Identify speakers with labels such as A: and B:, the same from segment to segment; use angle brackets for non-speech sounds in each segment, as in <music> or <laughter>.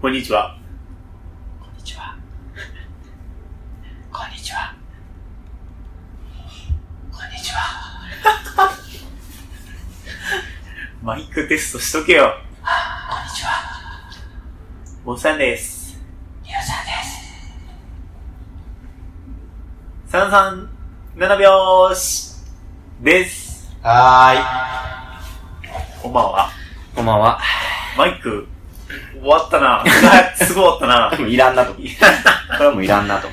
A: こんにちは。
B: こんにちは。 <laughs> こんにちは。こんにちは。
A: マイクテストしとけよ。
B: こんにちは。
A: モさんです。
B: ゆうさんです。
A: 三三七拍子です。
C: は
A: こんばんは。
C: ーい。こんばんは。
A: マイク、終わったな。 <laughs> すごい終わったな。 <laughs>
C: いらんなと。これはもういらんなと。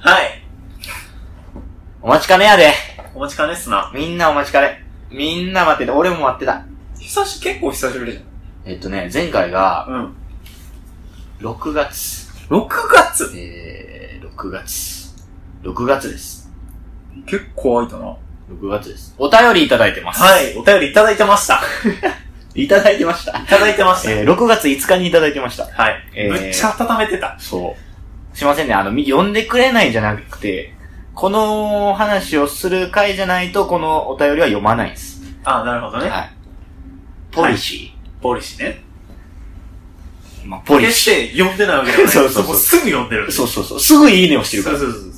A: はい。
C: お待ちかねやで。
A: お待ちかねっすな。
C: みんなお待ちかね。みんな待ってて、俺も待ってた。
A: 久し、結構久しぶりじ
C: えっとね、前回が、
A: ゃん。うん。
C: 6月。
A: 6月
C: えー、6月。6月です。
A: 結構空いたな。
C: 6月です。お便りいただいてます。
A: はい。お便りいただいてました。
C: い。いただいてました
A: い。ただいてました。
C: えー、6月5日にいただいてました。
A: はい。
C: えー
A: むっちゃ温めてた。
C: そう。すいませんね、あの、み呼んでくれないんじゃなくて、この話をする回じゃないと、このお便りは読まないんです。
A: あ、なるほどね。
C: はい。ポリシー。
A: ポリシーね。
C: まあ、ポリ
A: 決
C: シ
A: して読んでないわけだ
C: <laughs> そうそうそう
A: もすぐ読んでる。
C: ー。そうそうそう。すぐいいねをしてるか
A: そう
C: ら。
A: そうそうそう。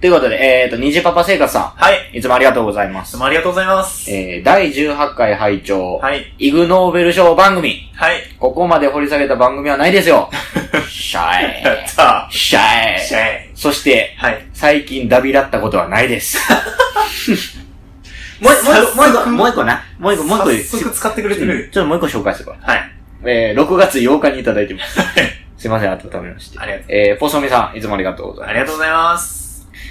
C: ということで、えっ、ー、と、虹パパ生活さ
A: はい。
C: ん、いつもありがとうございま
A: い
C: す
A: つ。もありがとうございます。
C: えー、第18回拝聴、
A: はい。
C: イグノーベル賞番組。
A: はい。
C: ここまで掘り下げた番組はないですよ。シ
A: <laughs>
C: ャ
A: や
C: イ
A: っ。た
C: シャイ
A: ー。。シェイ。
C: そして、
A: はい。
C: 最近ダビらったことはないです。 <laughs> もう、もう一個、もう一個、もう一個な。もう一個、もう一
A: 早
C: 個、
A: 速使ってくれて
C: うん
A: る。
C: ちょっともう一個紹介するわ。
A: はい。
C: えー、6月8日にいただいてます。すいません、温めまして。
A: ありがとう。
C: えー、ポソミさん、いつもありがとうございます。
A: ありがとうございます。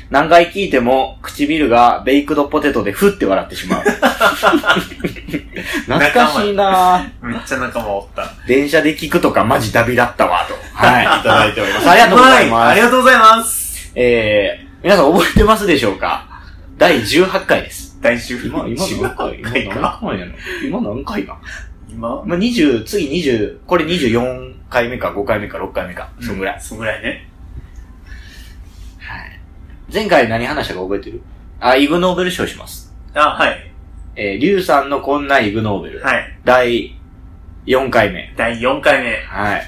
C: 何回聞いても、唇がベイクドポテトでふって笑ってし <laughs> まう。懐かしいなぁ
A: めっちゃ仲間おった。
C: 電車で聞くとかマジダビだったわ、と。はい、いただいております。ありがとうござい
A: はあ
C: ま
A: り
C: す。
A: がとうございます。
C: えー、皆さん覚えてますでしょうか第18回です。
A: 大丈夫。
C: 今何回やの今何回か。
A: 今
C: まあ、20、次20、これ24回目か5回目か6回目か、そんぐらい。
A: そんぐらいね。
C: はい。前回何話したか覚えてるあ、イグノーベル賞します。
A: あ、はい。
C: えー、リュウさんのこんなイグノーベル。
A: はい。
C: 第4回目。
A: 第4回目。
C: はい。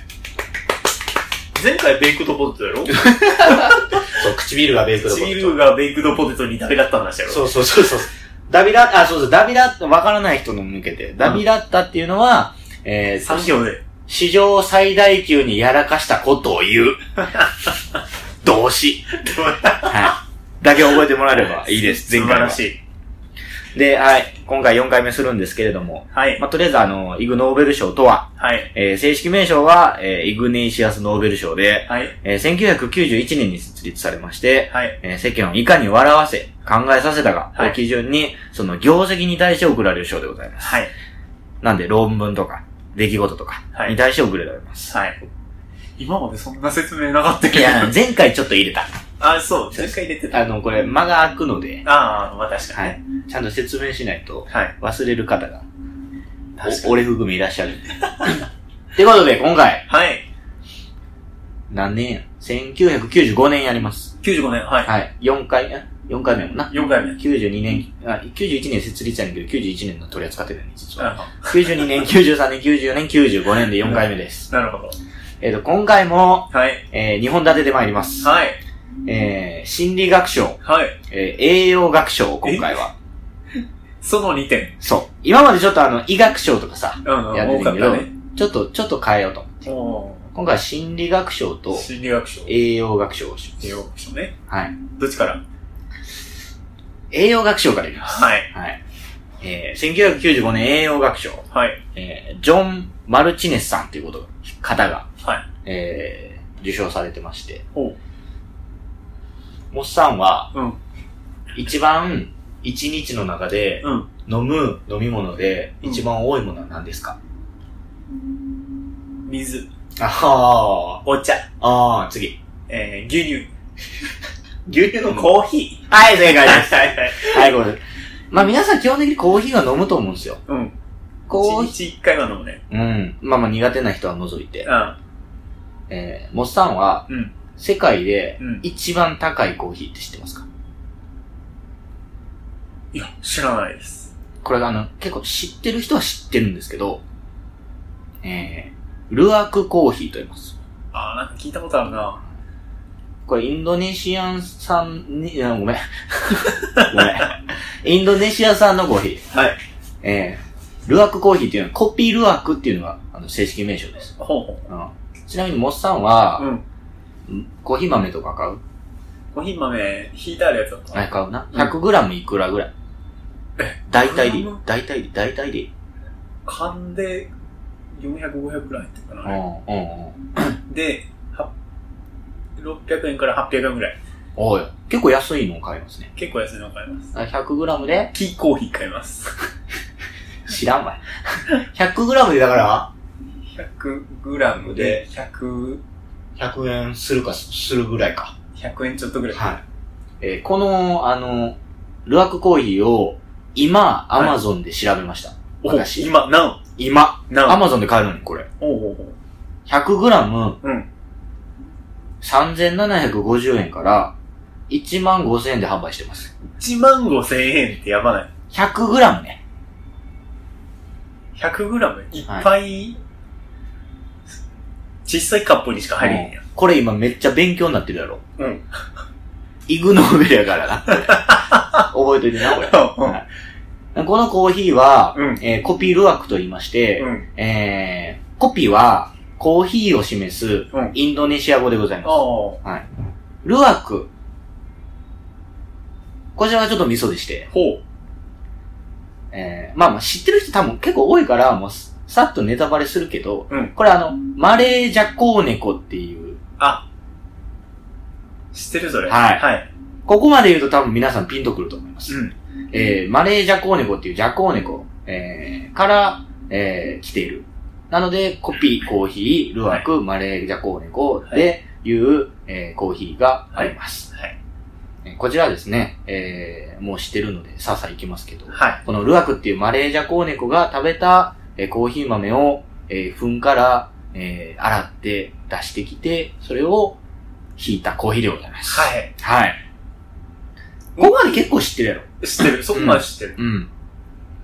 A: 前回ベイクドポテトやろ
C: そう、唇がベイク
A: チールがベイクドポテトに食べだったんだしやろ
C: そうそうそうそう。ダビラ、あ、そうそう、ダビラわからない人に向けて、ダビラッタっていうのは、えー、
A: 3行で。
C: 史上最大級にやらかしたことを言
A: <laughs>
C: う。動詞。はい。だけ覚えてもらえればいいです。
A: 素
C: 前
A: 晴
C: 回
A: ら
C: は。
A: しい。
C: で、はい。今回4回目するんですけれども、
A: はい。
C: まあ、とりあえずあの、イグノーベル賞とは、
A: はい。
C: えー、正式名称は、えー、イグネイシアスノーベル賞で、
A: はい。
C: えー、1991年に設立されまして、
A: はい。
C: えー世間をいかに笑わせ、考えさせたか
A: はい
C: を基準に、その業績に対して贈られる賞でございます。
A: はい。
C: なんで論文とか、出来事とか
A: は、い
C: に対して贈られます。
A: はい。今までそんな説明なかった
C: い、
A: けど。
C: や、前回ちょっと入れた。
A: あ、そう。前回入れてた。
C: あの、これ間が空くので、
A: ああ、まあ確か
C: は
A: に
C: い
A: ね。。
C: ちゃんと説明しないと、
A: はい。
C: 忘れる方が、
A: 確か
C: お
A: に。
C: 俺含めいらっしゃるんで。 <laughs> ってことで、今回、
A: はい。
C: 何年や ?1995 年やります。
A: 95年、はい。
C: はい。4回、あ4回目やもんな。
A: 4回目。
C: 92年、あ、91年設立やねんけど、91年の取り扱ってたね、実は。
A: あ
C: 92年、93年、94年、95年で4回目です。
A: なるほど。
C: えっ、と、今回も、
A: はい。
C: え2本立てで参ります。
A: はい。
C: えー、心理学賞、
A: はい。
C: えー栄養学賞、今回は。
A: その2点。
C: そう。今までちょっとあの、医学賞とかさ、
A: うん、うん、
C: やって
A: 多
C: た
A: か
C: け
A: っ
C: ど、
A: たね。
C: ちょっと、ちょっと変えようと思う。
A: お
C: 今回は心理学賞
A: ー
C: と
A: 心理学賞。
C: 栄養学賞をしま
A: 栄
C: す。
A: 養学賞ね。
C: はい。
A: どっちから
C: 栄養学賞からいきます。
A: はい。
C: はい。えー、1995年栄養学賞、
A: はい。
C: えー、ジョン・マルチネスさんということが、方が、
A: はい。
C: えー、受賞されてまして。
A: おう。
C: モッさんは、
A: うん。
C: 一番、一日の中で、
A: うん。
C: 飲む飲み物で、
A: うん
C: 一番多いものは何ですか、
A: 水、
C: あは
A: お茶、
C: ー。あー、次。
A: えー、牛
C: 牛乳飲
A: 乳、
C: む
A: コーヒ
C: はい、正解
A: ー。
C: です。
A: はいはい。
C: はい、ごめんなさい。まあ皆さん基本的にコーヒーは飲むと思うんですよ。
A: うん。
C: コーヒ
A: 1日1回は飲むね。
C: ー。うん。まあまあ苦手な人は除いて
A: う。ん。
C: えー、モッさんは、
A: うん
C: 世界で
A: うん
C: 一番高いコーヒーって知ってますか
A: いや、知らないです。
C: これがあの、結構知ってる人は知ってるんですけど、えー、ルアクコーヒーと言います。
A: あー、なんか聞いたことあるな。
C: これインドネシアン産に、あごめん。 <laughs> ごめん。インドネシア産のコーヒー。
A: はい。
C: えー、ルアクコーヒーっていうのは、コピールアクっていうのが、あの、正式名称です。
A: ほうほ
C: うんちなみに、モッさんは
A: う。、うん。
C: コーヒー豆とか買う
A: コーヒー豆、引いてあるやつだった。
C: あれ買うな。
A: うん
C: 100g いくらぐらい
A: え
C: 大体でいい
A: グラム。
C: 大体でいい。大体でいい。
A: 缶で400、500ぐらい入ってるか
C: うん、う
A: な。
C: ん、うん。
A: で、は600円から800円ぐらい。
C: おい。結構安いのを買いますね。
A: 結構安いの買います。
C: あ 100g で
A: 木コーヒー買います。
C: 知らん <laughs> わ。100g でだから、
A: 100g で100、
C: 100円するか、するぐらいか。
A: 100円ちょっとぐらい。
C: はい。えーこの、あの、ルアクコーヒーを、今、ア
A: い
C: マゾンで調べました。
A: お
C: 私
A: 今、な
C: 今、
A: お、なお。
C: アマゾンで買えるのに、これ。
A: おうおうおう
C: 100g、
A: うん。
C: 3750円から、1万5000円で販売してます。
A: 1万5千円ってやばない。
C: 100g ね。
A: 100g いっぱい、小さいカップにしか入れへんや。
C: これ今めっちゃ勉強になってるやろ。
A: うん。
C: イグノーベルやからな。これ
A: <laughs>
C: 覚えといてな、これ。はいこのコーヒーは、
A: うん
C: えーコピールアクと言いまして、
A: うん。
C: えーコピーは、コーヒーを示す
A: うん、
C: インドネシア語でござい
A: あ
C: ます。
A: あ。
C: ルアク。こちらはちょっとミソでして、
A: ほう。
C: えーまあまあ知ってる人多分結構多いから、もうすさっとネタバレするけど、
A: うん
C: これあの、マレージャコーネコっていう、
A: あ。知ってるそれ。
C: はい
A: はい。
C: ここまで言うと多分皆さんピンとくると思います。
A: うん
C: えーマレージャコーネコっていうジャコーネコ、えーから、えー来ている。なので、コピー、コーヒー、ルアク、マレージャコーネコでいう、えーコーヒーがあります。
A: はいはい
C: えーこちらですね、えーもう知ってるので、さあさあ行きますけど、
A: はい。
C: このルアクっていうマレージャコーネコが食べた、えーコーヒー豆を、えー粉から、えー洗って出してきて、それを引いたコーヒーでございます。
A: はい。
C: はい。ここまで結構知ってるやろ。
A: 知ってる。そこまで知ってる。
C: うん。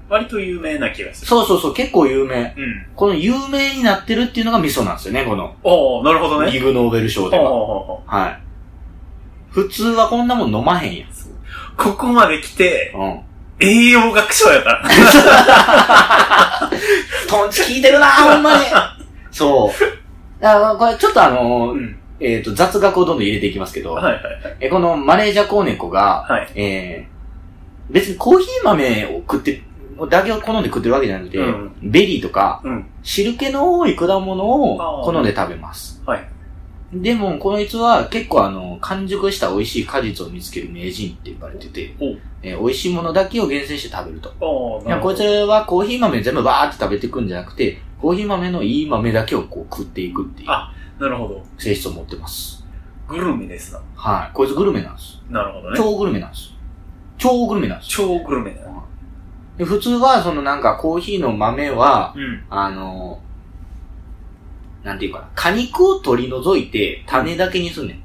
A: 割と有名な気がする。
C: そうそうそう、結構有名。
A: うん。
C: この有名になってるっていうのがミソなんですよね、この。
A: おおなるほどね。
C: イグノーベル賞で
A: ほう
C: は。
A: ほうほうほ
C: はい。普通はこんなもん飲まへんやん。
A: うここまで来て、
C: うん。
A: 栄養学賞やから。
C: トンチ効いてるなほんま <laughs> に。そう。だからこれちょっとあの
A: う
C: ー
A: ん。
C: えっ、と、雑学をどんどん入れていきますけど、
A: はいはいはい。
C: えこのマレージャコーネコが、
A: はい。
C: えー、別にコーヒー豆を食って、だけを好んで食ってるわけじゃなくて、
A: うん
C: ベリーとか、
A: うん
C: 汁気の多い果物を
A: あー
C: 好んで食べます。
A: はい。
C: でも、こいつは結構あの、完熟した美味しい果実を見つける名人って言われてて
A: おう、
C: えー美味しいものだけを厳選して食べると。
A: おお
C: いやこいつはコーヒー豆全部バーって食べていくんじゃなくて、コーヒー豆のいい豆だけをこう食っていくっていう
A: あなるほど。
C: 性質を持ってます。
A: グルメですな。
C: はい。こいつグルメなんです。
A: なるほどね。
C: 超グルメなんです。超グルメなんです。
A: 超グルメだな。
C: で普通は、そのなんかコーヒーの豆は、
A: うん。
C: あの、なんていうかな、果肉を取り除いて種だけにすんねん。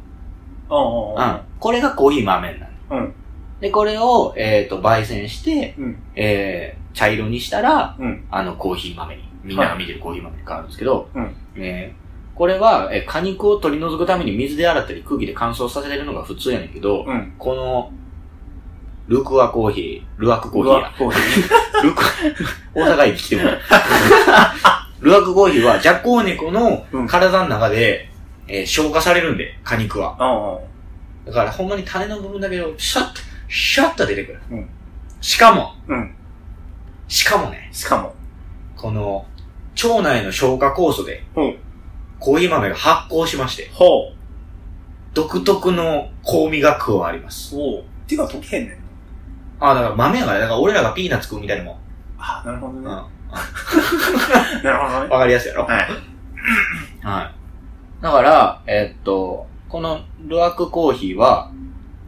A: おうおう
C: う。
A: おうん
C: これがコーヒー豆になる。
A: うん。
C: で、これを、えっ、と、焙煎して、
A: うん
C: えー、茶色にしたら、
A: うん
C: あの、コーヒー豆に、みんなが見てるコーヒー豆に変わるんですけど、
A: うん
C: えーこれは、えー果肉を取り除くために水で洗ったり空気で乾燥させてるのが普通やねんけど、
A: うん。
C: この、ルクアコーヒー、ルアクコーヒーや
A: うわコーヒー。
C: ルク、大阪駅来てもらう。
A: <laughs>
C: ルアクコーヒーは、ジャコーネコの
A: うん
C: 体の中で、えー消化されるんで、果肉は。
A: おう
C: だから、ほんまに種の部分だけを、シャッと、シャッと出てくる。
A: うん
C: しかも、
A: うん
C: しかもね、
A: しかも。
C: この、腸内の消化酵素で、
A: うん
C: コーヒー豆が発酵しまして、
A: ほう。
C: 独特の香味が加わります。
A: そう。てか溶けへんねん。
C: あ、だから豆やから、だから俺らがピーナッツ食うみたいなもん。
A: あなるほどね。
C: うん
A: な <laughs> るほどね。
C: わかりやすいやろ
A: はい。
C: はい。だから、えーっと、このルアクコーヒーは、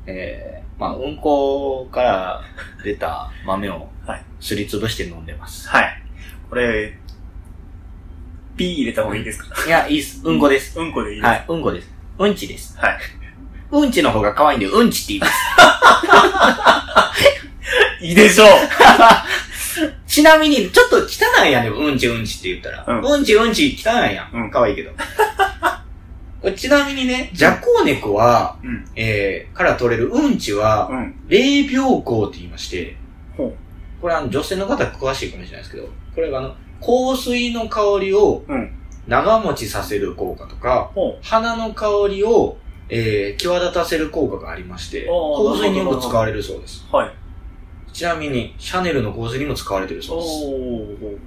C: えー、まあ、うんこから出た豆を
A: はい
C: すりつぶして飲んでます。
A: はい。これ、ピー入れた方がいいですか
C: い、や、いいっす。うんこです。
A: うんこでいいです。
C: はい、うんこです。うんちです。
A: はい。
C: うんちの方が可愛いんで、うんちって言います。
A: いいでしょう
C: ちなみに、ちょっと汚いやん、でも、うんちうんちって言ったら。う
A: うん
C: ん、ちうんち汚いやん。
A: うん
C: 可愛いけど。ちなみにね、ジャコウネコは、
A: うん
C: えー、から取れるうんちは、
A: うん。
C: 霊病孔って言いまして
A: ほう、
C: これあの女性の方詳しいかもしれないですけど、これはあの、香水の香りを
A: うん
C: 長持ちさせる効果とか、
A: ほ
C: 花の香りを、えー、際立たせる効果がありまして、
A: あー
C: 香水によ
A: なる
C: く
A: ほど
C: 使われるそうです。
A: う。はい。
C: ちなみに、シャネルの香水にも使われてるそうです。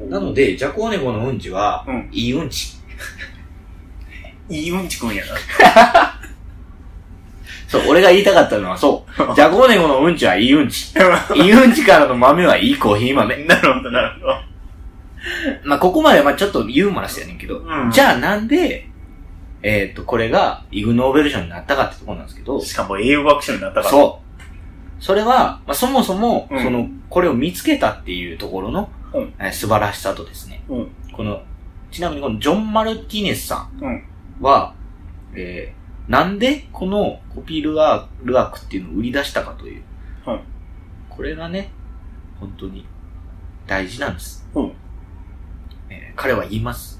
A: お
C: なの
A: で、
C: で、ジャコウネコのうんちは、
A: うん
C: いいうんち。
A: いいうんちくんやな。 <laughs>
C: そう、俺が言いたかったの
A: <laughs>
C: はそう。ジャコウネコのうんちはいいうんち。いいうんちからの豆はいいコーヒー豆。
A: なるほど、なるほど。
C: まあ、ここまでまあちょっとユーモラスやねんけど、
A: うん
C: じゃあなんで、えっ、と、これがイグノーベル賞になったかってところなんですけど、
A: しかも英語学習になったから。う。
C: そう。それは、まあ、そもそも、
A: うん
C: その、これを見つけたっていうところの、
A: うん
C: えー素晴らしさとですね、
A: うん
C: この、ちなみにこのジョン・マルティネスさ
A: うん
C: んは、えーなんでこのコピールアールアークっていうのを売り出したかという。
A: はい
C: これがね、本当に大事なんです。
A: うん
C: えー彼は言います。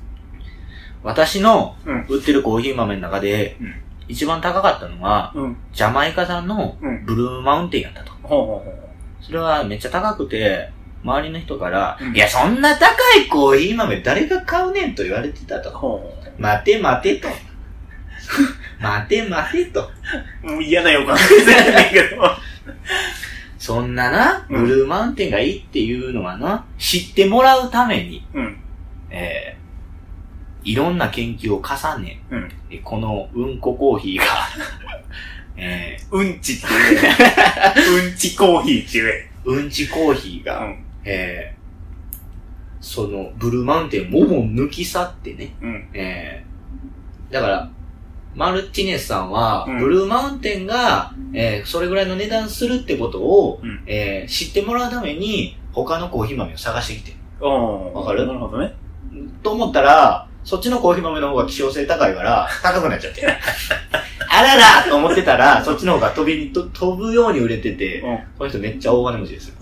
C: 私の
A: うん
C: 売ってるコーヒー豆の中で、
A: うん
C: 一番高かったのは、
A: うん。
C: ジャマイカ産の
A: うん
C: ブルーマウンテンやったと。
A: ほうほうほう。
C: それはめっちゃ高くて、周りの人から、
A: うん
C: いや、そんな高いコーヒー豆誰が買うねんと言われてたと。
A: ほう
C: 待て
A: <laughs>
C: 待てと。待て待てと。
A: もう嫌な予感がするんだけど。
C: そんなな、
A: うん
C: ブルーマウンテンがいいっていうのはな、知ってもらうために、
A: うん。
C: えー、いろんな研究を重ね、
A: うん
C: えこのうんこコーヒーが、 <laughs> え
A: うんちって
C: <laughs>
A: 言え。うんちコーヒーって言え。
C: ー、うんちコーヒー
A: う
C: が、
A: ん。
C: えーそのブルーマウンテンをも抜き去ってね、
A: うん。
C: えーだから、マルティネスさんは、
A: うん
C: ブルーマウンテンが、えーそれぐらいの値段するってことを、
A: うん
C: えー知ってもらうために、他のコーヒー豆を探してきてる。
A: お
C: わかる
A: なるほどね。
C: と思ったら、そっちのコーヒー豆の方が希少性高いから、高くなっ
A: <laughs>
C: ちゃって。あららと思ってたら、そっちの方が飛びにと飛ぶように売れてて、
A: うん
C: この人めっちゃ大金持ちですよ。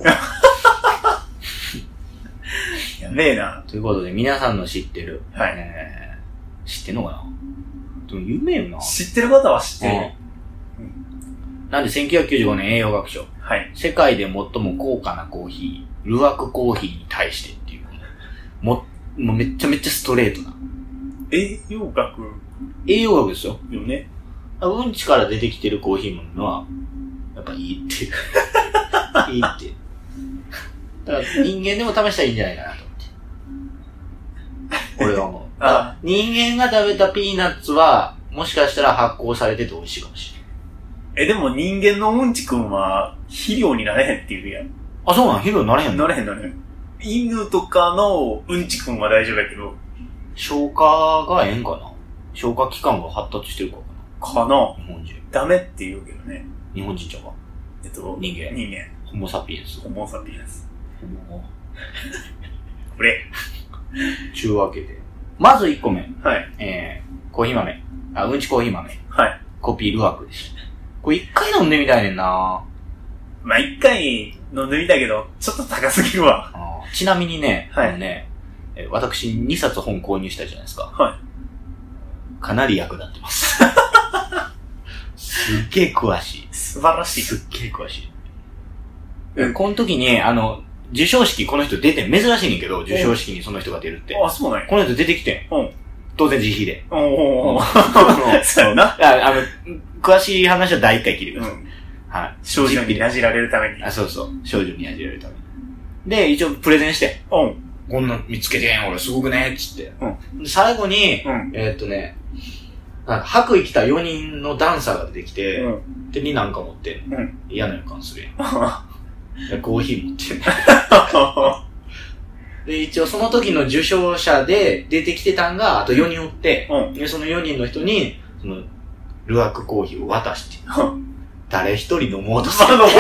A: やべえな。
C: ということで、皆さんの知ってる、
A: はい。
C: えー、知ってんのかなでも有名よな。
A: 知ってる方は知ってる。
C: うんなんで1995年栄養学賞、
A: はい。
C: 世界で最も高価なコーヒー、ルアクコーヒーに対してっていう、も、もうめっちゃめっちゃストレートな。
A: え、洋楽
C: 栄養学ですよ。
A: よね。
C: うんちから出てきてるコーヒーものは、やっぱいい <laughs> っていう。いいって。だから人間でも試したらいいんじゃないかなと思って。俺は思う。
A: あ
C: 人間が食べたピーナッツは、もしかしたら発酵されてて美味しいかもしれない。
A: え、でも人間のうんちくんは肥料になれへんっていうやん。
C: あ、そうなん昼に
A: <laughs>
C: なれへんの
A: なれへんなれへん。犬とかのうんちくんは大丈夫やけど、
C: 消化がええんかな消化器官が発達してるからか
A: かな
C: な日本人。
A: ダメって言うけどね。
C: 日本人ちゃうか
A: えっと、
C: 人間
A: 人間。
C: ホモサピエンス。
A: ホモサピエンス。
C: ホモ
A: これ。
C: ちゅうわけで。まず1個目。
A: はい。
C: えー、コーヒー豆。あ、うんちコーヒー豆。
A: はい。
C: コピールアークでした。これ一回飲んでみたいねんな
A: まあ、一回飲んでみたけど、ちょっと高すぎるわ。
C: あーちなみにね、
A: はい
C: あのね、えー私2冊本購入したじゃないですか。
A: は
C: かなり役立ってます。
A: <laughs>
C: すっげえ詳し
A: い。素晴ら
C: い。
A: し
C: す
A: い。
C: っげえ詳しい。
A: うん
C: この時に、あの、授賞式この人出てん、珍しいねんけど、授賞式にその人が出るって。
A: あ、そうなんや。
C: この人出てきてん。
A: うん
C: 当然自費で。
A: おーおーおー
C: <laughs> あ
A: そうやな。
C: あの、詳しい話は第一回聞いてく
A: う
C: ださい。
A: ん。
C: はい。
A: 少女になじられるために。
C: あ、そうそう。少女に味わえるために。で、一応プレゼンして、
A: うん。
C: こんなん見つけてん、俺すごくね、っつって。で最後に、
A: うん。
C: えーっとね、なんか白衣着た4人のダンサーが出てきて、
A: うん。
C: 手になんか持って、
A: うん
C: 嫌な予感するやんで。コーヒー持ってんねで、一応その時の受賞者で出てきてたんが、あと4人おって、
A: うん <laughs>
C: でその4人の人に、その、ルアクコーヒーを渡して、
A: う
C: 誰一人飲もうとせ
A: そ
C: ん。
A: の前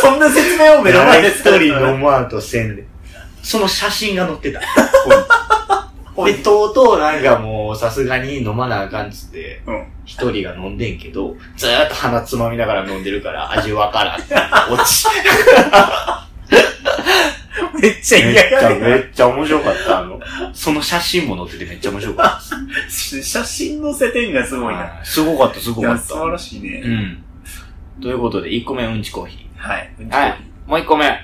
A: そんな説明を目の前
C: 誰
A: で
C: 一
A: 作
C: 人
A: るの
C: 飲もうとせんで。その写真が載って <laughs> た。
A: ほ
C: で、
A: い
C: とうとうなんかもう、さすがに飲まなあかんっつって
A: うん、
C: 一、人が飲んでんけど、ずーっと鼻つまみな <laughs> がら飲んでるから、味わからん。落ち。
A: めっちゃ
C: めっ
A: 嫌
C: ちゃ、
A: や
C: め
A: ね
C: っちゃ面白かった。あの、その写真も載っててめっちゃ面白かった。す
A: 写真載せてんがすごいな。
C: はいすごかった、すご
A: い
C: か
A: や、
C: っ
A: 素晴
C: た。
A: らしいうね。
C: ん。ということで、1個目うんちコーヒ
A: はい。
C: ー。はい。もう1個目。
A: は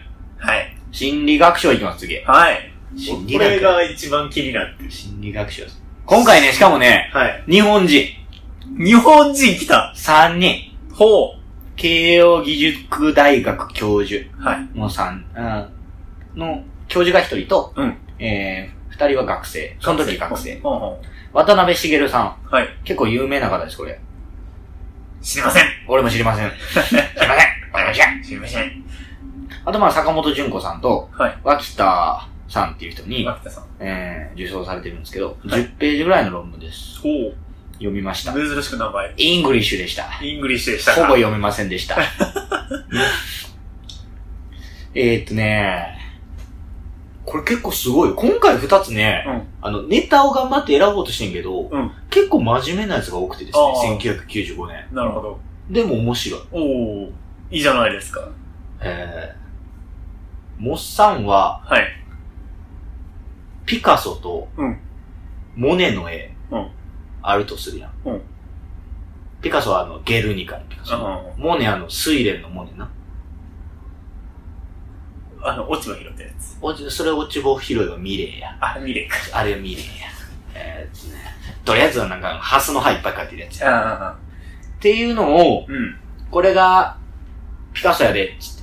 A: い。
C: 心理学賞いきます、次。
A: はい。
C: 心理
A: これ
C: 学。
A: が一番気になってる。
C: 心理学賞です。今回ね、しかもね、
A: はい。
C: 日本人
A: 日本人来た
C: 3人。
A: ほ
C: 慶応義塾大学教授
A: う。はい。
C: の3、うん、の教授が1人と、
A: うん
C: えー、2人は学生。その時学生。
A: ほうほ
C: 渡辺茂さん。
A: うはい。
C: 結構有名な方です、これ。
A: 知りません。
C: 俺も知りま <laughs> せん。知りません。お願いします。
A: 知りません。
C: あとまあ、坂本淳子さんと、
A: はい。
C: 脇田さんっていう人に、
A: 牧田さん。
C: えー、受賞されてるんですけど、
A: はい
C: 10ページぐらいの論文です。
A: ほう。
C: 読みました。
A: 珍しく名前。
C: イングリッシュでした。
A: イングリッシュでした
C: ほ
A: か
C: ぼ読めませんでした。 <laughs> えーっとね、これ結構すごいよ。今回二つね、
A: うん
C: あの、ネタを頑張って選ぼうとしてんけど、
A: うん
C: 結構真面目なやつが多くてです
A: あ
C: ね
A: あ、
C: 1995年。
A: なるほど。
C: でも面白い。
A: おおいいじゃないですか。
C: えー、モッサンは、
A: はい。
C: ピカソと
A: うん、
C: モネの絵、
A: うん
C: あるとするやん。
A: うん
C: ピカソはあの、ゲルニカのピカソ。
A: あ
C: モネあの、睡蓮のモネな。
A: の、あの、落ち葉拾ったやつ。
C: おちそれ落ち棒拾いはミレーや。
A: あ、ミレイか。
C: あれはミレーや。えーっとね、とりあえずはなんか、ハスの葉いっぱい描いてるやつや。
A: ああ、
C: っていうのを、
A: うん。
C: これが、ピカソやで、つって。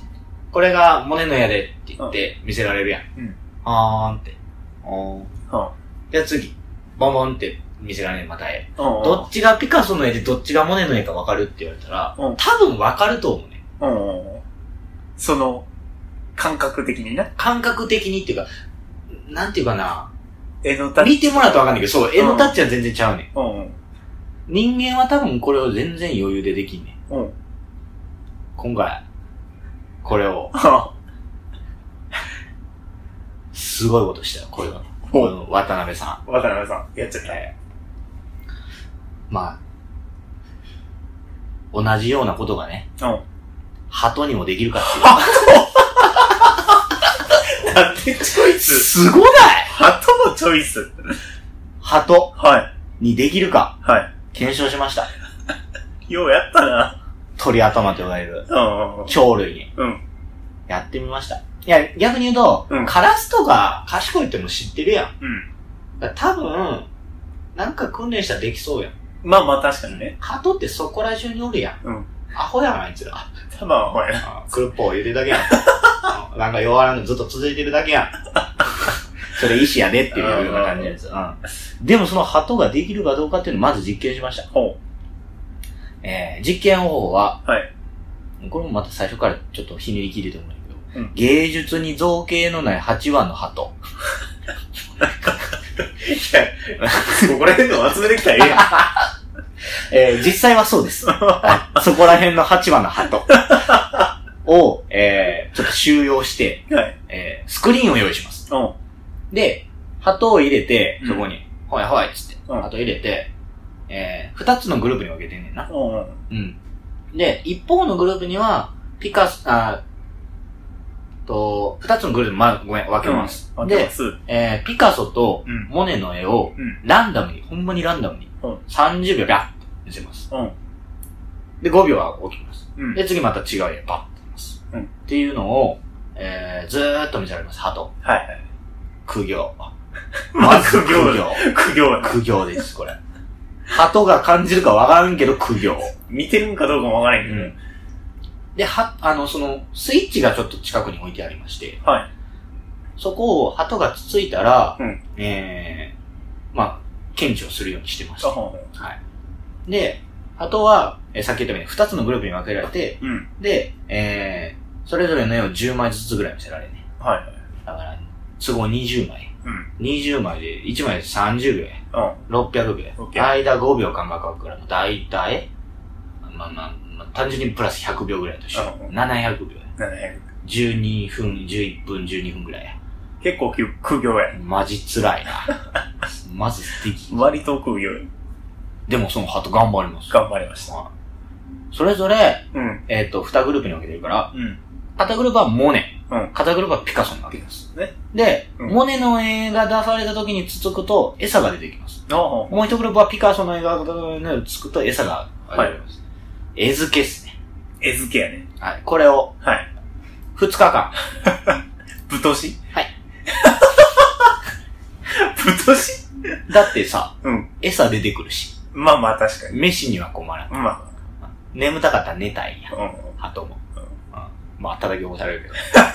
C: これがモネのやで、って言って見せられるやん。
A: うん。
C: あーんって。おーん。
A: は
C: で、次、ボンボンって見せられるまた絵。
A: あ、うん。
C: どっちがピカソの絵でどっちがモネの絵か分かるって言われたら、
A: うん
C: 多分分かると思うね。
A: うん。その、感覚的にね。
C: 感覚的にっていうか、なんていうかな。
A: 絵のタッチ。
C: 見てもらうと分かんないけど、そう、絵のタッチは全然ちゃうね、
A: うん。
C: ん。人間は多分これを全然余裕でできんねん。
A: うん。
C: 今回、これを、
A: は
C: すごいことしたよ、これは。
A: ほう
C: この渡辺さ
A: あ、渡辺さん、やっちゃっ
C: ん。
A: た。
C: えーまあ、同じようなことがね、
A: うん。
C: 鳩にもでき
A: <laughs>
C: るかっていう。
A: なんでチョイス
C: すごない
A: 鳩のチョイス
C: 鳩
A: はい。
C: にできるか、
A: は
C: 検証しました。
A: い。ようやったな。
C: 鳥頭と言われる
A: うん。
C: 鳥類に
A: うん。
C: やってみました。いや、逆に言うと、
A: うん
C: カラスとか賢いっても知ってるやん。
A: うん。
C: だから多分、なんか訓練したらできそうやん。
A: まあまあ確かにね。
C: 鳩ってそこら中におるやん。
A: うん
C: アホやん、あいつら。
A: たまはほや。
C: クルッポを言うてるだけ
A: <laughs>
C: やん。うんなんか弱らんのずっと続いてるだけやん。それ石やでっていうような感じです。うん。でもその鳩ができるかどうかっていうのをまず実験しました。
A: ほ
C: えー、実験方法は、
A: はい
C: これもまた最初からちょっとひねり切れてもいいけど、
A: うん
C: 芸術に造形のない8羽
A: <laughs>
C: の鳩。
A: う。いや、ここら辺の集めてきたらええやん。
C: えー実際はそうです。はいそこら辺の8羽の鳩を、えーちょっと収容して、
A: はい
C: えースクリーンを用意します。
A: うん。
C: で、鳩を入れて
A: う、ん
C: そこに、ほいほいっつって、
A: うん
C: 鳩入れて、え2つのグループに分けてんねんな。
A: うん。
C: うん。で、一方のグループには、ピカス、あと、二つのグループ、ま、ごめん、分けます。
A: うん、で
C: で、、えーピカソと
A: うん
C: モネの絵を
A: うん、
C: ランダムに、ほんまにランダムに
A: うん、
C: 30秒、ラッと見せます。
A: うん
C: で、5秒は置きます。
A: うん。
C: で、次また違う絵、バッと見ます。
A: うん
C: っていうのを、えー、ずーっと見せられます。鳩。
A: はいはい。
C: 苦行。
A: まあ、苦
C: 苦
A: 行だ。
C: 行。
A: 苦行やな。
C: 苦行です、これ。鳩が感じるかわからんけど、苦行。
A: 見てるんかどうかもわからへんけど。
C: で、は、あの、その、スイッチがちょっと近くに置いてありまして、
A: はい。
C: そこを鳩がつついたら、
A: うん
C: えー、まあ、検知をするようにしてまし
A: あ
C: た。
A: ほう
C: はい。で、鳩は、えーさっき言ったように2つのグループに分けられて、
A: うん。
C: で、えー、それぞれの絵を10枚ずつぐらい見せられるね。
A: はいはい。
C: だから、都合20枚。
A: うん。
C: 20枚で、1枚で30秒や。
A: う
C: 600秒や。
A: 600
C: 間5秒間隔くらいの、だいたい、まあまあ、まあ、単純にプラス100秒ぐらいとして、
A: うん
C: 700秒や。
A: ん。700。
C: 12分、11分、12分ぐらいや。
A: 結構きゅ苦行や。
C: マジ
A: <laughs>
C: 辛いな。マジ素敵。
A: 割と苦行や。
C: でもその鳩頑張ります。
A: 頑張りました。
C: はいそれぞれ、
A: うん。
C: えっ、と、2グループに分けてるから、
A: うん。
C: 片グループはモネ。
A: うん
C: 肩車はピカソなわけです。
A: ね
C: で、
A: うん
C: モネの絵が出された時につつくと餌が出てきます。
A: おう
C: もう一グループはピカソの絵がつつくと餌が出てきます。絵付けですね。
A: 絵付けやね。
C: はい。これを
A: はい。
C: 2日間。
A: ぶとし
C: はい。
A: <laughs> ぶとし
C: だってさ、
A: うん。
C: 餌出てくるし、
A: まあまあ確かに。
C: 飯には困らん。
A: ま
C: 眠たかったら寝たいや
A: あ、。う
C: ハトも。
A: う
C: うんん。まあ、叩き起こされるけど。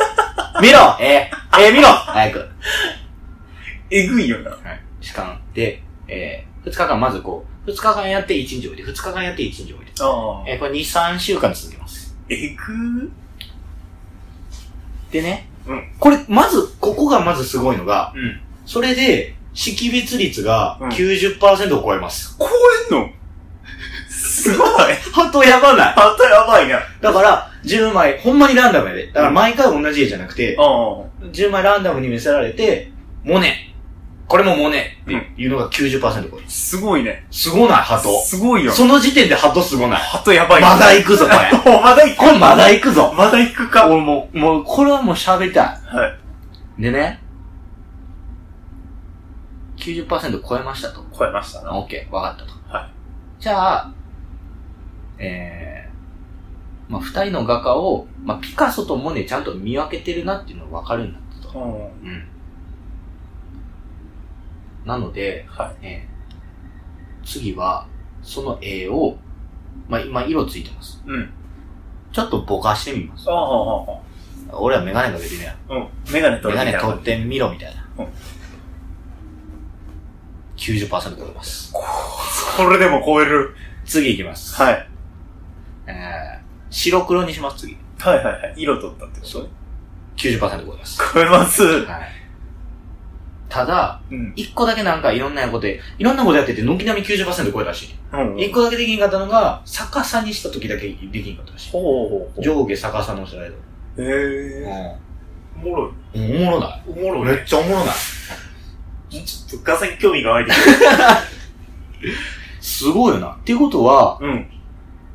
C: <laughs> 見ろえー、えー、見ろ早く。
A: ん。えぐいよな。
C: はい。しかんで、えー、2日間まずこう、2日間やって1日置いて、2日間やって1日置いて。
A: あ
C: えー、これ2、3週間続きます。
A: えぐー
C: でね、
A: うん。
C: これ、まず、ここがまずすごいのが、
A: うん。
C: それで、識別率が
A: うん
C: 90%を超えます。
A: こうやんのすごい。
C: ハトやばない
A: あんたやばいな。
C: だから、10枚、ほんまにランダムやで。だから毎回同じ絵じゃなくて、
A: あ
C: 10枚ランダムに見せられて、モネこれもモネっていうのが90%超える
A: あ。。すごいね。
C: すごない、ハト。
A: すごいよ。
C: その時点でハトすごない。
A: ハトやばいな。
C: まだ行くぞ、これ。
A: お <laughs> まだ行く
C: <laughs> これまだ行くぞ。
A: まだ行くか。
C: 俺もう、もう、これはもう喋りた
A: はい。
C: い。でね、90%超えましたと。
A: 超えましたな。
C: オッケー、わかったと。
A: は
C: じゃあ、えー、まあ、二人の画家を、まあ、ピカソとモネちゃんと見分けてるなっていうのがわかるんだったと。
A: うん。
C: うん。なので、
A: はい。
C: えー次は、その絵を、まあ、今色ついてます。
A: うん。
C: ちょっとぼかしてみます
A: あ。あ、あ
C: 俺はメガネかけてね。
A: あ、うん。メガネ取
C: メ
A: る
C: ガ
A: み
C: ネ
A: たい
C: 取
A: な
C: っ。てみろみたいな。
A: うん
C: 90%取れます。
A: これでも超える。
C: 次いきます。
A: はい。
C: えー、白黒にします、次。
A: はいはいはい。色取ったってことね。
C: 90%超えます。
A: 超えます。
C: はい。ただ、
A: うん。
C: 一個だけなんかいろんなことで、いろんなことやってて、軒並み90%超えたらしい。
A: うん。
C: 一個だけできんかったのが、逆さにした時だけできんかったらしい。
A: ほうほうほ
C: 上下逆さのスライド。
A: う。へえ。
C: う
A: おもろい。
C: ん。おもろない。
A: おもろい
C: めっ
A: ね。
C: ちゃおもろない。
A: ちょっと画に興味が湧いてき
C: すごいよな。っていうことは、
A: た。うん。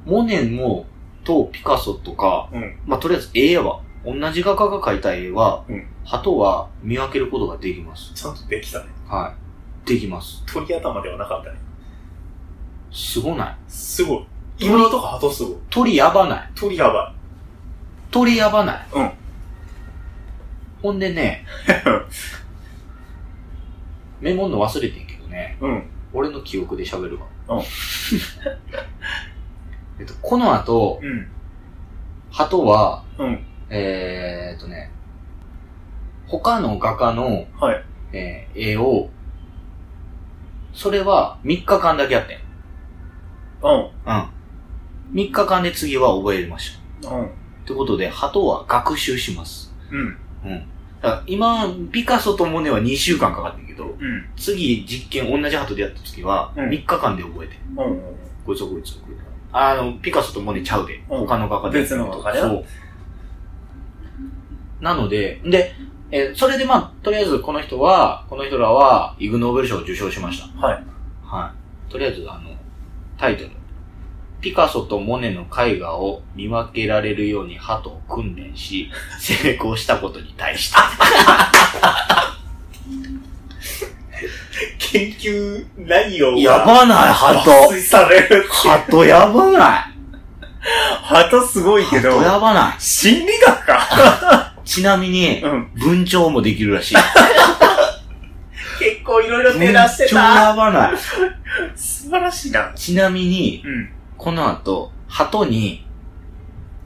C: モネも、とピカソとか、
A: うん
C: まあ、とりあえず絵は、同じ画家が描いた絵は、
A: うん
C: 鳩は見分けることができます。
A: ちゃんとできたね。
C: はい。できます。
A: 鳥頭ではなかったね。
C: すごない。
A: すごい。今のとこ鳩すごい。
C: 鳥やばない。
A: 鳥やば
C: 鳥やばない。
A: うん、
C: ほんでねメモんの忘れてんけどね、
A: い。うん。
C: 俺の記憶で喋る
A: う
C: わ。
A: ん
C: <laughs> えっと、この後、
A: うん。
C: 鳩は、
A: うん
C: えーっとね、他の画家の、
A: はい
C: えー絵を、それは3日間だけやってん。
A: うん。
C: うん。3日間で次は覚えました。
A: うん。
C: ってことで、鳩は学習します。
A: うん。
C: だから今、ピカソとモネは2週間かかってんけど、
A: うん。
C: 次実験同じ鳩でやった時は、
A: うん
C: 3日間で覚えてん。
A: うん。
C: こいつはこいつはこいつは。あの、ピカソとモネちゃうで。
A: うん
C: 他の画家で。
A: 別の画家でな
C: そう。なので、で、えーそれでまあ、とりあえずこの人は、この人らは、イグノーベル賞を受賞しました。
A: はい。
C: はい。とりあえず、あの、タイトル。ピカソとモネの絵画を見分けられるように鳩を訓練し、 <laughs> 成功したことに対して。
A: 研究内容が
C: やばな
A: 抜
C: い、鳩。
A: 粋される。
C: 鳩やばない。
A: 鳩すごいけ
C: 鳩
A: ど、
C: やばない。
A: 心理学か
C: ちなみに、
A: うん。
C: 文鳥もできるら <laughs> しい。
A: 結構いろいろ照らして
C: 文鳥
A: た。
C: やばない。
A: 素晴らしいな。
C: ちなみに、
A: うん。
C: この後、鳩に、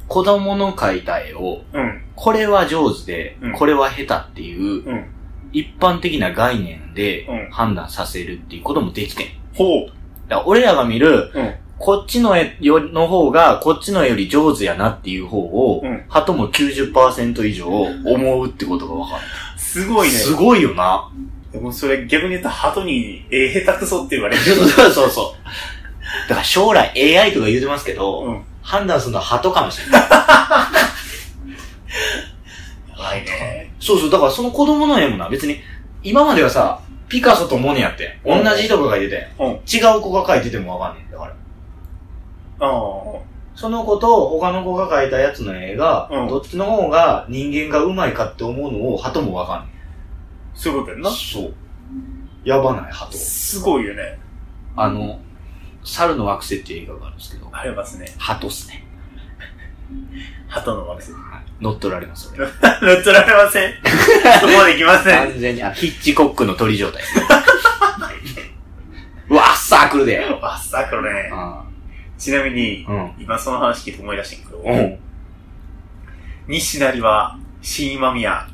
C: 子供の描いた絵を、
A: うん。
C: これは上手で、
A: うん
C: これは下手っていう、
A: うん
C: 一般的な概念で
A: うん
C: 判断させるっていうこともできてん。
A: ほう。
C: だから俺らが見る、
A: うん
C: こっちの絵よりの方が、こっちの絵より上手やなっていう方を、
A: うん
C: 鳩も90%以上思うってことが分かる。
A: すごいね。
C: すごいよな。
A: でもそれ逆に言うと鳩に、えー、下手くそって言われ <laughs> る。
C: そうそうそう。だから将来 AI とか言うてますけど、
A: うん。
C: 判断するのは鳩かもしれない。
A: はいね。
C: そうそう、だからその子供の絵もな、別に、今まではさ、ピカソとモネやって、同じ人が描いてて、
A: うん
C: 違う子が描いててもわかんねえんだから。
A: ああ。
C: その子と他の子が描いたやつの絵が、
A: うん
C: どっちの方が人間がうまいかって思うのを鳩もわかんな
A: そういうことやん
C: い。
A: な。
C: そう。やばない鳩。
A: すごいよね。
C: あの、猿の惑星っていう映画があるんですけど、
A: ありますね。
C: 鳩っすね。
A: 鳩の惑星。
C: 乗っ取られます、それ。
A: 乗っ取られません。そこまでいきません。
C: 完全に、あ、ヒッチコックの鳥状態。 <laughs> うわ、あっさー来るで。
A: あさこれね。
C: あ
A: ちなみに
C: ー、うん。
A: 今その話聞いて思い出したんやけど、
C: うん。
A: 西成は、新今宮。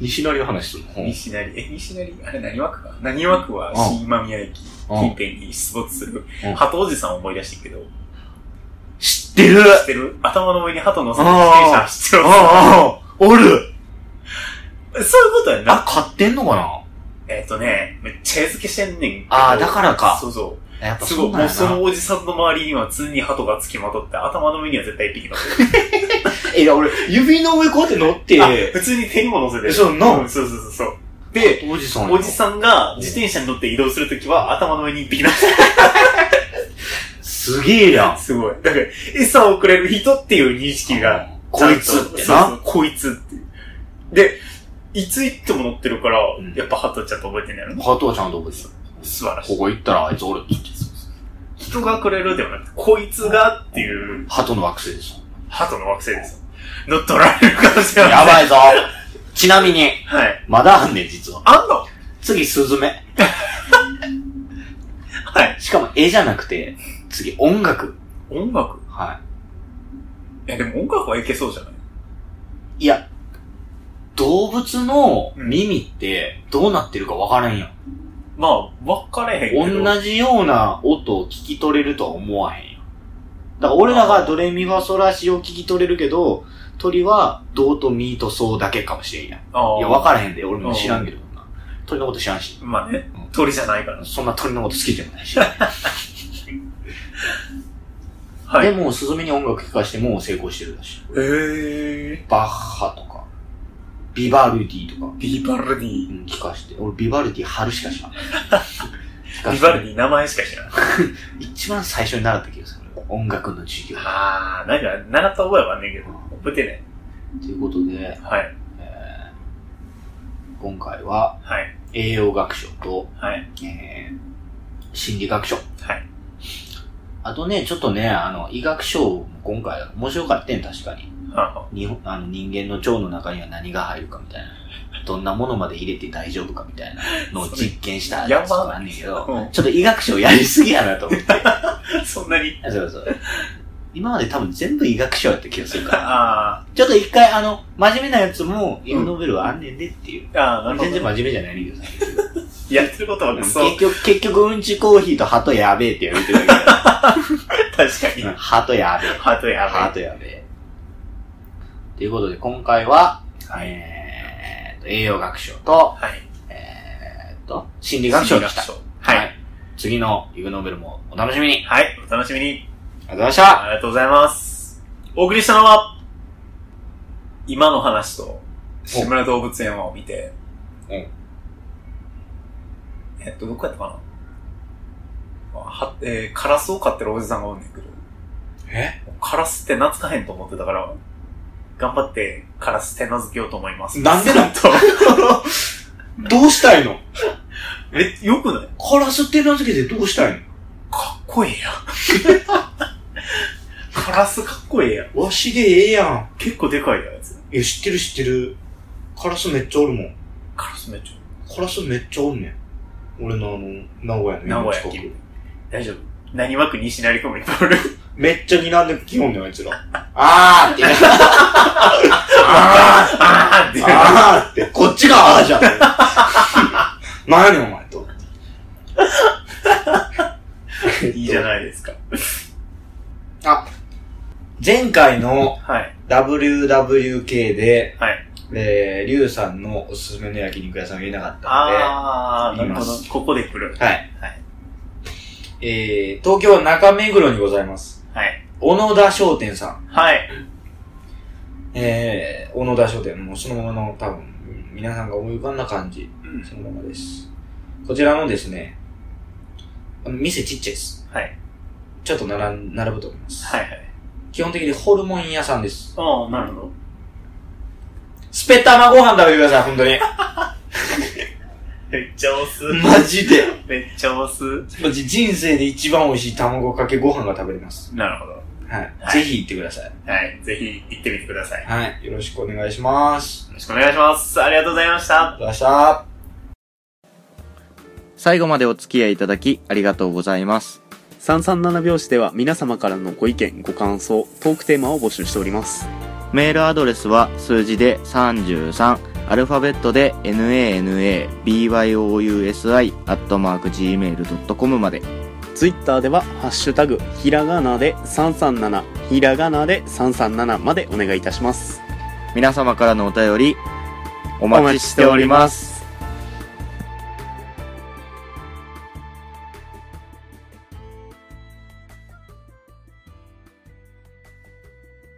C: 西成の話するの。うん
A: 西成、え、西成あれ何枠か何枠は新今宮駅
C: うん
A: 近辺に出没する
C: うん
A: 鳩おじさんを思い出してんけど、知
C: 知ってる
A: ってる頭の上に鳩乗せて自転車走ってる。
C: うんうんおる
A: そういうことやんな。
C: あ、買ってんのかな
A: えっとね、めっちゃ餌付けしてんねんけど。
C: あーだからか
A: そうそう。
C: やっぱ
A: す
C: そ
A: ご
C: う
A: い、
C: なん
A: もう
C: や
A: そ
C: な
A: の。おじさんの周りには常に鳩がつきまとって、頭の上には絶対一匹乗せて
C: え、いや俺、指の上こうやって乗って
A: る。あ、普通に手にも乗せてる。
C: そうな
A: うんそうそうそうそう。
C: で、おじさん。
A: おじさんが自転車に乗って移動するときは頭の上に一匹乗せて
C: ん。 <laughs> すげえや
A: る。すごい。だから、餌をくれる人っていう認識が、
C: ん。こい
A: ちゃ
C: つって
A: んとそう
C: な。
A: そうこいつっていう。で、いつ行っても乗ってるから
C: ん、
A: やっぱ鳩ちゃんと覚えてんねやろな
C: ハトはちゃんと覚えて
A: 素晴ら
C: た。
A: し
C: こ
A: い。
C: こ行ったらあいつおるって言って
A: 人がくれるではなくて、こいつがっていう
C: ハトの惑
A: <laughs>
C: 星です。
A: 鳩の惑星ですよ。乗っ取られるかもしれない。
C: やばいぞちなみに、
A: はい。
C: まだあんねん、実は。
A: あんの
C: 次、スズメ。
A: はい。
C: しかも絵じゃなくて、次、音楽。
A: 音楽
C: はい
A: や、でも音楽はいけそうじゃない
C: い。いや、動物の耳ってどうなってるかわからんやん。
A: まあ、分かれへんけど。
C: 同じような音を聞き取れるとは思わへんよ。だから俺らがドレミファソラシを聞き取れるけど、鳥はドとミとソだけかもしれんやん。い
A: ああ。
C: や、わからへんで、俺も知らんけどな。鳥のこと知らんし。
A: まあね
C: うん、
A: 鳥じゃないから。
C: そんな鳥のこと好きでもないし。
A: はい。
C: で
A: へ
C: も、スズメに音楽聴かしても成功してるらしい。
A: え
C: バッハとか、ビバルディとか
A: ー。、ビバルディ。
C: うん、聞かして。俺、ビバルディ春し
A: <laughs>
C: か知らない。聞か
A: ビ
C: して
A: バルディ名前しか知らない。
C: 一番最初に習った気がする。音楽の授業。
A: ああ、なんか、習った覚えはあんねんけど、覚えてね。
C: ということで、
A: はい。
C: えー今回は
A: はい。
C: 栄養学賞と、
A: はい。
C: えー心理学賞。
A: はい。
C: あとね、ちょっとね、あの、医学賞も今回面白かったん確かに。
A: は
C: 日本あの人間の腸の中には何が入るかみたいな。どんなものまで入れて大丈夫かみたいなのを実験したやつとかあんねんけ
A: <laughs> あ
C: ど、
A: は
C: ちょっと医学賞やりすぎやなと思って。
A: うん。そんなに。
C: そ
A: <laughs>
C: うそう。今まで多分全部医学賞やった気がするから。
A: あ
C: ちょっと一回、あの、真面目なやつも、イグノーベルはあんねんでっていう。
A: あ、ああ、なるほ
C: 全然
A: ど。
C: 真面目じゃないねんけどさ。
A: やってることはク
C: 結
A: ソ。
C: 局、結局、うんちコーヒーとハトやべえって言われてるだ
A: 確かに <laughs>
C: けど。うん。ハトやべえ。
A: ハートや
C: ハ
A: ば
C: トやべえ。ということで、今回は、
A: い。はい。
C: えーっと、栄養学賞と、
A: はい。
C: えーっと、心理学賞でした。
A: 心理学賞はい。
C: 次のイグノーベルもお楽しみに。
A: はい。お楽しみに。
C: ありがとうございました。
A: ありがとうございます。お送りしたのは、今の話と、志村動物園を見て、
C: うん
A: えっと、どこやったかなあは、えーカラスを飼ってるおじさんがおんねんけど、
C: え
A: カラスって懐かへんと思ってたから、頑張ってカラス手なずけようと思います。
C: なんでなん
A: と。
C: <laughs> どうしたいの
A: <laughs> え、よくない
C: カラスって名付けてどうしたい
A: かっこええやん。
C: <laughs>
A: カラスかっこええやん。
C: のわしでええやん。
A: 結構でかいやつ。
C: いや、知ってる知ってる。カラスめっちゃおるもん。
A: カラスめっちゃ
C: カラスめっちゃおんねん。俺のあの、名古屋の
A: 名古屋
C: 近く
A: 近大丈夫。何枠西成区もいっぱいおる。
C: めっちゃ睨んできよんねん、あい <laughs> つら。あーって。あ
A: あーって
C: ー
A: 言う。
C: あーって。こっちがあ <laughs> ーじゃん。何やねん、お前と。
A: いいじゃないですか。
C: 前回の
A: はい。
C: WWK で、
A: はい。
C: えー、リュウさんのおすすめの焼肉屋さんがいなかった
A: あー、な
C: 言い
A: る
C: ま
A: ほ
C: す
A: ど。ここで来る
C: ん。で、はい。
A: はい。
C: えー、東京中目黒にございます。
A: はい。
C: 小野田商店さん。
A: はい。
C: えー、小野田商店、もうそのままの多分、皆さんが思い浮かんだ感じ、
A: うん
C: そのままです。こちらのですね、あの店ちっちゃいです。
A: はい。
C: ちょっと並ん並ぶと思います。
A: はいはい。
C: 基本的にホルモン屋さんです。
A: ああ、なるほど。
C: スペッターマご飯食べてください、本当
A: <laughs>
C: に。
A: めっちゃ押す。
C: マジで。
A: めっちゃ押す。
C: マジ人生で一番美味しい卵かけご飯が食べれます。
A: なるほど。
C: はい。
A: はい
C: ぜひ行ってください。
A: はい。ぜひ行ってみてください。よ
C: はい。よろしくお願いします。
A: ろしくお願いします。ありがとうございました。
C: ありがとうございました。最後までお付き合いいただきありがとうございます。
D: 337拍子では皆様からのご意見、ご感想、トークテーマを募集しております。
C: メールアドレスは数字で33、アルファベットで nanabyousi.gmail.com まで。
D: ツイッターでは、ハッシュタグ、ひらがなで337、ひらがなで337までお願いいたします。
C: 皆様からのお便りお待ちしております。